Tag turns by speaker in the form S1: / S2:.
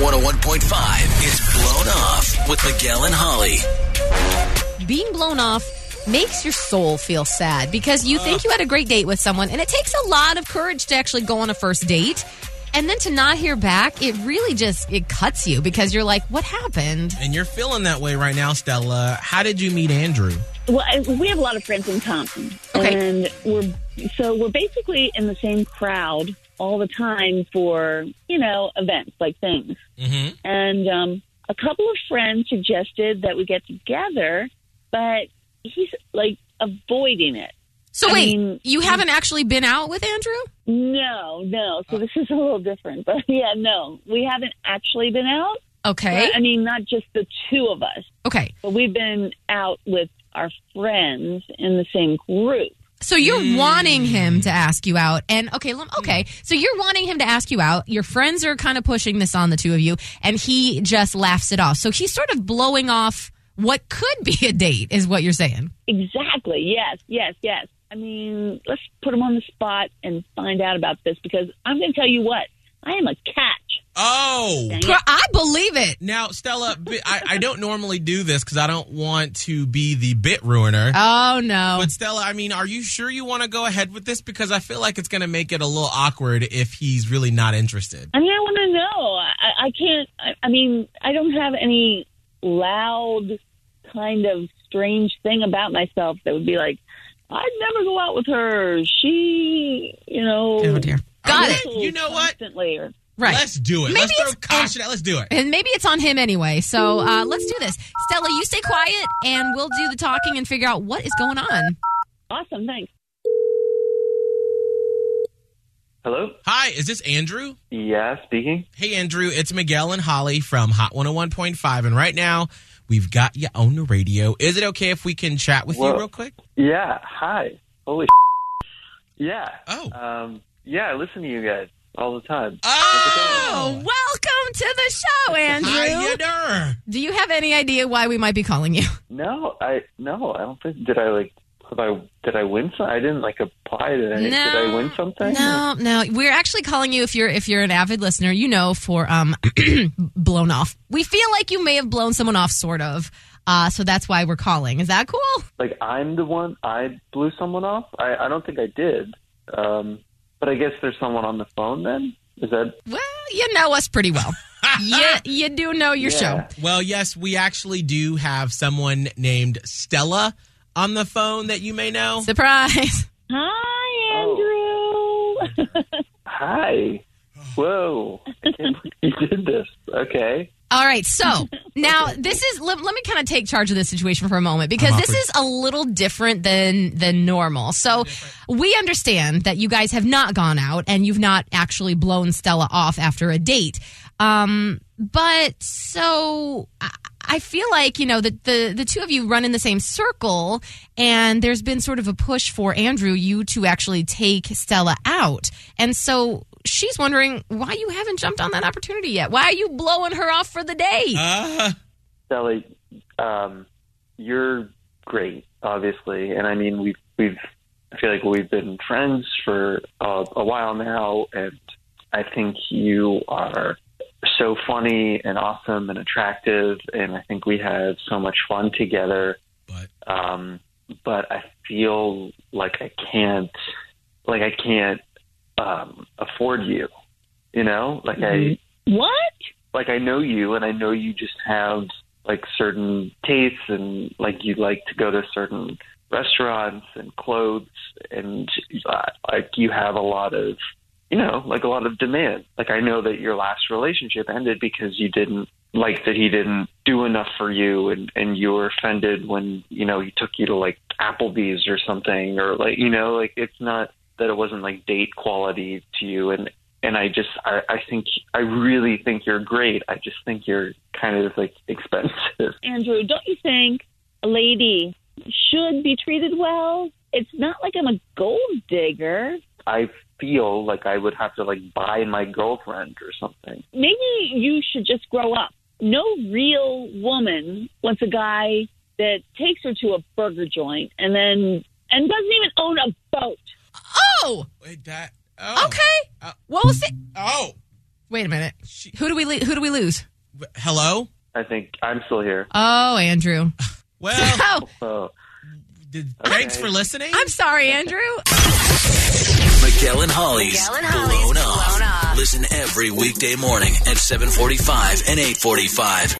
S1: 101.5. It's Blown Off with Miguel and Holly.
S2: being blown off makes your soul feel sad because you think you had a great date with someone and it takes a lot of courage to actually go on a first date and then to not hear back it really just it cuts you because you're like what happened
S3: And you're feeling that way right now, Stella. How did you meet Andrew?
S4: Well, I, we have a lot of friends in common,
S2: Okay.
S4: and we're so we're basically in the same crowd all the time for you know events like things.
S3: Mm-hmm.
S4: And um, a couple of friends suggested that we get together, but he's like avoiding it.
S2: so
S4: I
S2: wait
S4: mean-
S2: you haven't actually been out with andrew
S4: No, no. So this is a little different, but yeah, no, we haven't actually been out.
S2: okay
S4: I mean, not just the two of us,
S2: okay
S4: but we've been out with our friends in the same group.
S2: so you're
S4: Mm.
S2: wanting him to ask you out and okay lem- okay so you're wanting him to ask you out your friends are kind of pushing this on the two of you and he just laughs it off so he's sort of blowing off what could be a date is what you're saying
S4: Exactly. Yes, yes, yes. I mean, let's put him on the spot and find out about this because I'm going to tell you what I am a catch.
S3: Oh.
S4: Dang
S2: Girl, I believe it.
S3: Now, Stella, bi- I, I don't normally do this because I don't want to be the bit ruiner.
S2: Oh no.
S3: But Stella, I mean, are you sure you want to go ahead with this? Because I feel like it's going to make it a little awkward if he's really not interested.
S4: I mean, I want to know. I, I can't. I, I mean, I don't have any loud, kind of strange thing about myself that would be like, I'd never go out with her. She, you know,
S2: Got it.
S4: whistles
S3: Oh, You know what?
S4: Constantly or,
S2: Right.
S3: Let's do it.
S2: Maybe
S3: Let's throw
S2: it's-
S3: caution out. Let's do it.
S2: and maybe it's on him anyway. So uh, let's do this. Stella, you stay quiet and we'll do the talking and figure out what is going on.
S4: awesome. Thanks.
S5: Hello?
S3: Hi, is this Andrew?
S5: Yeah, speaking.
S3: Hey, Andrew, it's Miguel and Holly from Hot 101.5. And right now, we've got you on the radio. Is it okay if we can chat with you
S5: Whoa.
S3: real quick?
S5: Yeah, hi. Holy Yeah.
S3: Oh. Uh.
S5: Um, yeah, I listen to you guys all the time.
S2: Oh,
S3: Oh!
S2: welcome to the show,
S3: Hi,
S2: Andrew.
S3: Yander.
S2: Do you have any idea why we might be calling you?
S5: No, I no, I don't think did I like have I did I win some I didn't like apply to any did I win something?
S2: No, no. We're actually calling you if you're if you're an avid listener, you know, for um blown off. We feel like you may have blown someone off, sort of. Uh, so that's why we're calling. Is that cool?
S5: Like I'm the one I blew someone off? I, I don't think I did. Um but I guess there's someone on the phone then? Is that
S2: Well, you know us pretty well. you, you do know your
S5: Yeah.
S2: show.
S3: Well, yes, we actually do have someone named Stella on the phone that you may know.
S2: Surprise.
S4: Hi,
S3: Oh.
S4: Andrew.
S5: Hi. Whoa. I can't believe you did this. Okay.
S2: All right, so now this is let, let me kind of take charge of this situation for a moment because
S3: I'm
S2: this
S3: awkward.
S2: is a little different than than normal. So we understand that you guys have not gone out and you've not actually blown Stella off after a date. Um, but so I, I feel like you know the, the the two of you run in the same circle, and there's been sort of a push for Andrew you to actually take Stella out, and so she's wondering why you haven't jumped on that opportunity yet. Why are you blowing her off for the day?
S3: Uh,
S5: Sally, um, you're great, obviously, and I mean we've we've I feel like we've been friends for uh, a while now, and I think you are so funny and awesome and attractive, and I think we have so much fun together.
S3: but
S5: Um, but I feel like I can't, like I can't um, afford you. You know, like I
S4: what?
S5: like I know you and I know you just have like certain tastes and like you like to go to certain restaurants and clothes and uh, like you have a lot of you know like a lot of demand like I know that your last relationship ended because you didn't like that he didn't do enough for you and and you were offended when you know he took you to like Applebee's or something or like you know like it's not that it wasn't like date quality to you and and I just I, I think I really think you're great. I just think you're kind of like expensive.
S4: Andrew, don't you think a lady should be treated well? It's not like I'm a gold digger.
S5: I feel like I would have to like buy my girlfriend or something.
S4: Maybe you should just grow up. No real woman wants a guy that takes her to a burger joint and then and doesn't even own a boat.
S2: Oh,
S3: wait, that. Oh,
S2: okay. What was it?
S3: Oh,
S2: Wait a minute. Who do we le- who do we lose?
S3: Hello?
S5: I think I'm still here.
S2: Oh, Andrew.
S3: Well,
S2: Oh,
S5: So
S3: did, thanks for listening.
S2: I'm sorry, Andrew.
S1: Miguel and Holly's,
S6: Miguel and Holly's
S1: blown, off.
S6: Blown Off.
S1: Listen every weekday morning at 7:45 and 8:45.